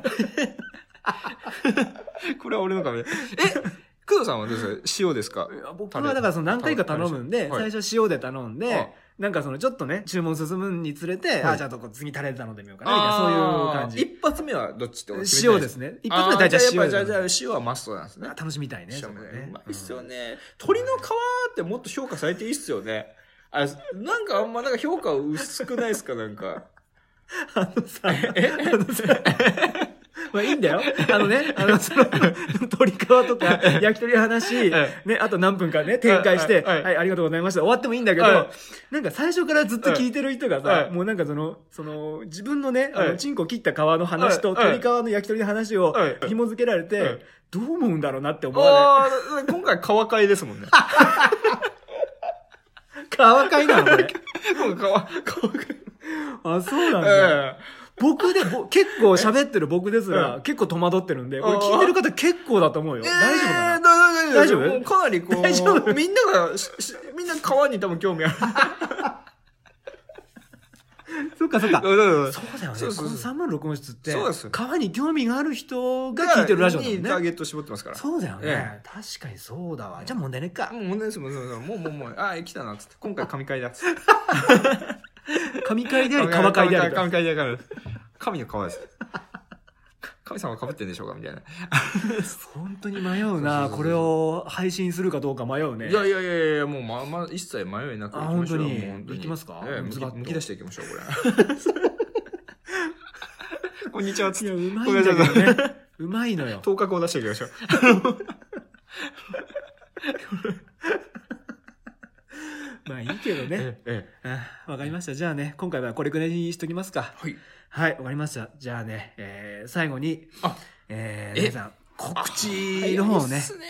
[SPEAKER 2] これは俺のかみたいな。え、工藤さんはどうですか塩ですか
[SPEAKER 1] いや僕はだからその何回か頼むんで、
[SPEAKER 2] はい
[SPEAKER 1] 最初塩で頼ん
[SPEAKER 2] あ
[SPEAKER 1] で、なんかそのちょっとね、注文進むにつれて、
[SPEAKER 2] はい
[SPEAKER 1] あ、じゃあどこ次タレ頼んでみようかな、みたいな、そういう感じ。
[SPEAKER 2] 一発目はどっちって
[SPEAKER 1] 塩です
[SPEAKER 2] ね。
[SPEAKER 1] ね。
[SPEAKER 2] 一
[SPEAKER 1] 一発目
[SPEAKER 2] 発目は
[SPEAKER 1] は
[SPEAKER 2] 大
[SPEAKER 1] 大
[SPEAKER 2] 体
[SPEAKER 1] 体
[SPEAKER 2] 塩
[SPEAKER 1] 塩
[SPEAKER 2] じゃあ
[SPEAKER 1] だ
[SPEAKER 2] じゃあ
[SPEAKER 1] ね。
[SPEAKER 2] 塩はマストなんですね。
[SPEAKER 1] 楽しみたいね。
[SPEAKER 2] 塩も
[SPEAKER 1] そこ
[SPEAKER 2] ね
[SPEAKER 1] ね
[SPEAKER 2] うまいっすよね。鳥の皮ってもっと評価されていいっすよね。あ、なんかあんまなんか評価薄くないですかなん か。
[SPEAKER 1] あのさ、あのさ、 まあいいんだよ。あのね、あの、 その、鶏皮とか焼き鳥の話、
[SPEAKER 2] え
[SPEAKER 1] ね、あと何分かね、展開して、
[SPEAKER 2] は
[SPEAKER 1] はいい、
[SPEAKER 2] は
[SPEAKER 1] ありがとうございました。終わってもいいんだけど
[SPEAKER 2] はい、
[SPEAKER 1] なんか最初からずっと聞いてる人が
[SPEAKER 2] は
[SPEAKER 1] さ
[SPEAKER 2] い、
[SPEAKER 1] もうなんかその、その、自分のね、あ
[SPEAKER 2] は
[SPEAKER 1] の、
[SPEAKER 2] い
[SPEAKER 1] チンコ切った皮の話と、
[SPEAKER 2] はい
[SPEAKER 1] 鶏皮の焼き鳥の話を
[SPEAKER 2] はい
[SPEAKER 1] 紐付けられ
[SPEAKER 2] は
[SPEAKER 1] て
[SPEAKER 2] い、
[SPEAKER 1] どう思うんだろうなって思わ
[SPEAKER 2] ああ、 今回皮買いです もんね。
[SPEAKER 1] れる。皮買いなのこれ。
[SPEAKER 2] 今回皮、皮買い。
[SPEAKER 1] あ、そうなんだ。
[SPEAKER 2] え
[SPEAKER 1] 僕で、 ぼ結構喋ってる僕です
[SPEAKER 2] う
[SPEAKER 1] ら、結構戸惑ってるんで、これ
[SPEAKER 2] あー
[SPEAKER 1] 聞いてる方結構だと思うよ。
[SPEAKER 2] え
[SPEAKER 1] 大丈夫かな
[SPEAKER 2] な大丈夫
[SPEAKER 1] 大丈夫
[SPEAKER 2] もうかなりこう、
[SPEAKER 1] 大丈夫
[SPEAKER 2] みんながし、しみんな皮に多分興味 ある。
[SPEAKER 1] そっかそっか。
[SPEAKER 2] そ
[SPEAKER 1] そうだよね。
[SPEAKER 2] そうそうそう
[SPEAKER 1] この三万録音室って、
[SPEAKER 2] そうです
[SPEAKER 1] 川に興味がある人が聞いてるラジオだ
[SPEAKER 2] に
[SPEAKER 1] も
[SPEAKER 2] ター
[SPEAKER 1] ん
[SPEAKER 2] ゲ
[SPEAKER 1] ね。
[SPEAKER 2] ット絞ってますから。
[SPEAKER 1] そうだよね、
[SPEAKER 2] え
[SPEAKER 1] 確かにそうだわ。じゃあ問題ねえか
[SPEAKER 2] も。う問題ですもん、そうそうもうもうもう、ああ、来たな、つって。今回神回だ、つって。
[SPEAKER 1] 神会であり、川会でありと。
[SPEAKER 2] 神会である。神の川です。神様被ってんでしょうかみたいな。
[SPEAKER 1] 本当に迷うな。
[SPEAKER 2] そうそうそうそう
[SPEAKER 1] これを配信するかどうか迷うね。
[SPEAKER 2] いやいやいやいや、もうま、ま、一切迷いなく
[SPEAKER 1] あ
[SPEAKER 2] 行きましょう
[SPEAKER 1] 本当に
[SPEAKER 2] よ。もう本当に。
[SPEAKER 1] 行きますか
[SPEAKER 2] ええ、むき
[SPEAKER 1] ズバッと
[SPEAKER 2] むき出していきましょう、これ。 こんにちは、つ
[SPEAKER 1] い
[SPEAKER 2] って。
[SPEAKER 1] やうまいんだけど
[SPEAKER 2] ごめん
[SPEAKER 1] ね。うまいのよ。
[SPEAKER 2] 頭角を出していきましょう。
[SPEAKER 1] まあいいけどね。
[SPEAKER 2] ええ。
[SPEAKER 1] あわかりました。じゃあね、今回はこれくらいにしときますか。
[SPEAKER 2] はい。
[SPEAKER 1] はい、わかりました。じゃあね、えー最後に、
[SPEAKER 2] あ
[SPEAKER 1] え
[SPEAKER 2] え
[SPEAKER 1] ー、皆さん、告知の方を
[SPEAKER 2] 早いっ
[SPEAKER 1] ね、
[SPEAKER 2] すね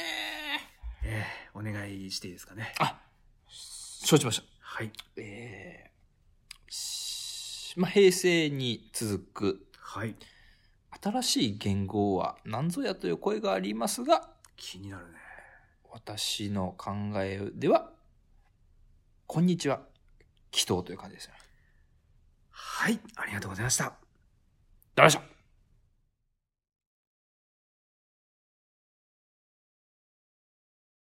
[SPEAKER 1] えーお願いしていいですかね。
[SPEAKER 2] あ、承知ました。
[SPEAKER 1] はい。
[SPEAKER 2] えーしまあ、平成に続く
[SPEAKER 1] はい。
[SPEAKER 2] 新しい言語は何ぞやという声がありますが、
[SPEAKER 1] 気になるね。
[SPEAKER 2] 私の考えでは、こんにちは、祈祷という感じですね。
[SPEAKER 1] はい、ありがとうございました。
[SPEAKER 2] 誰でしょう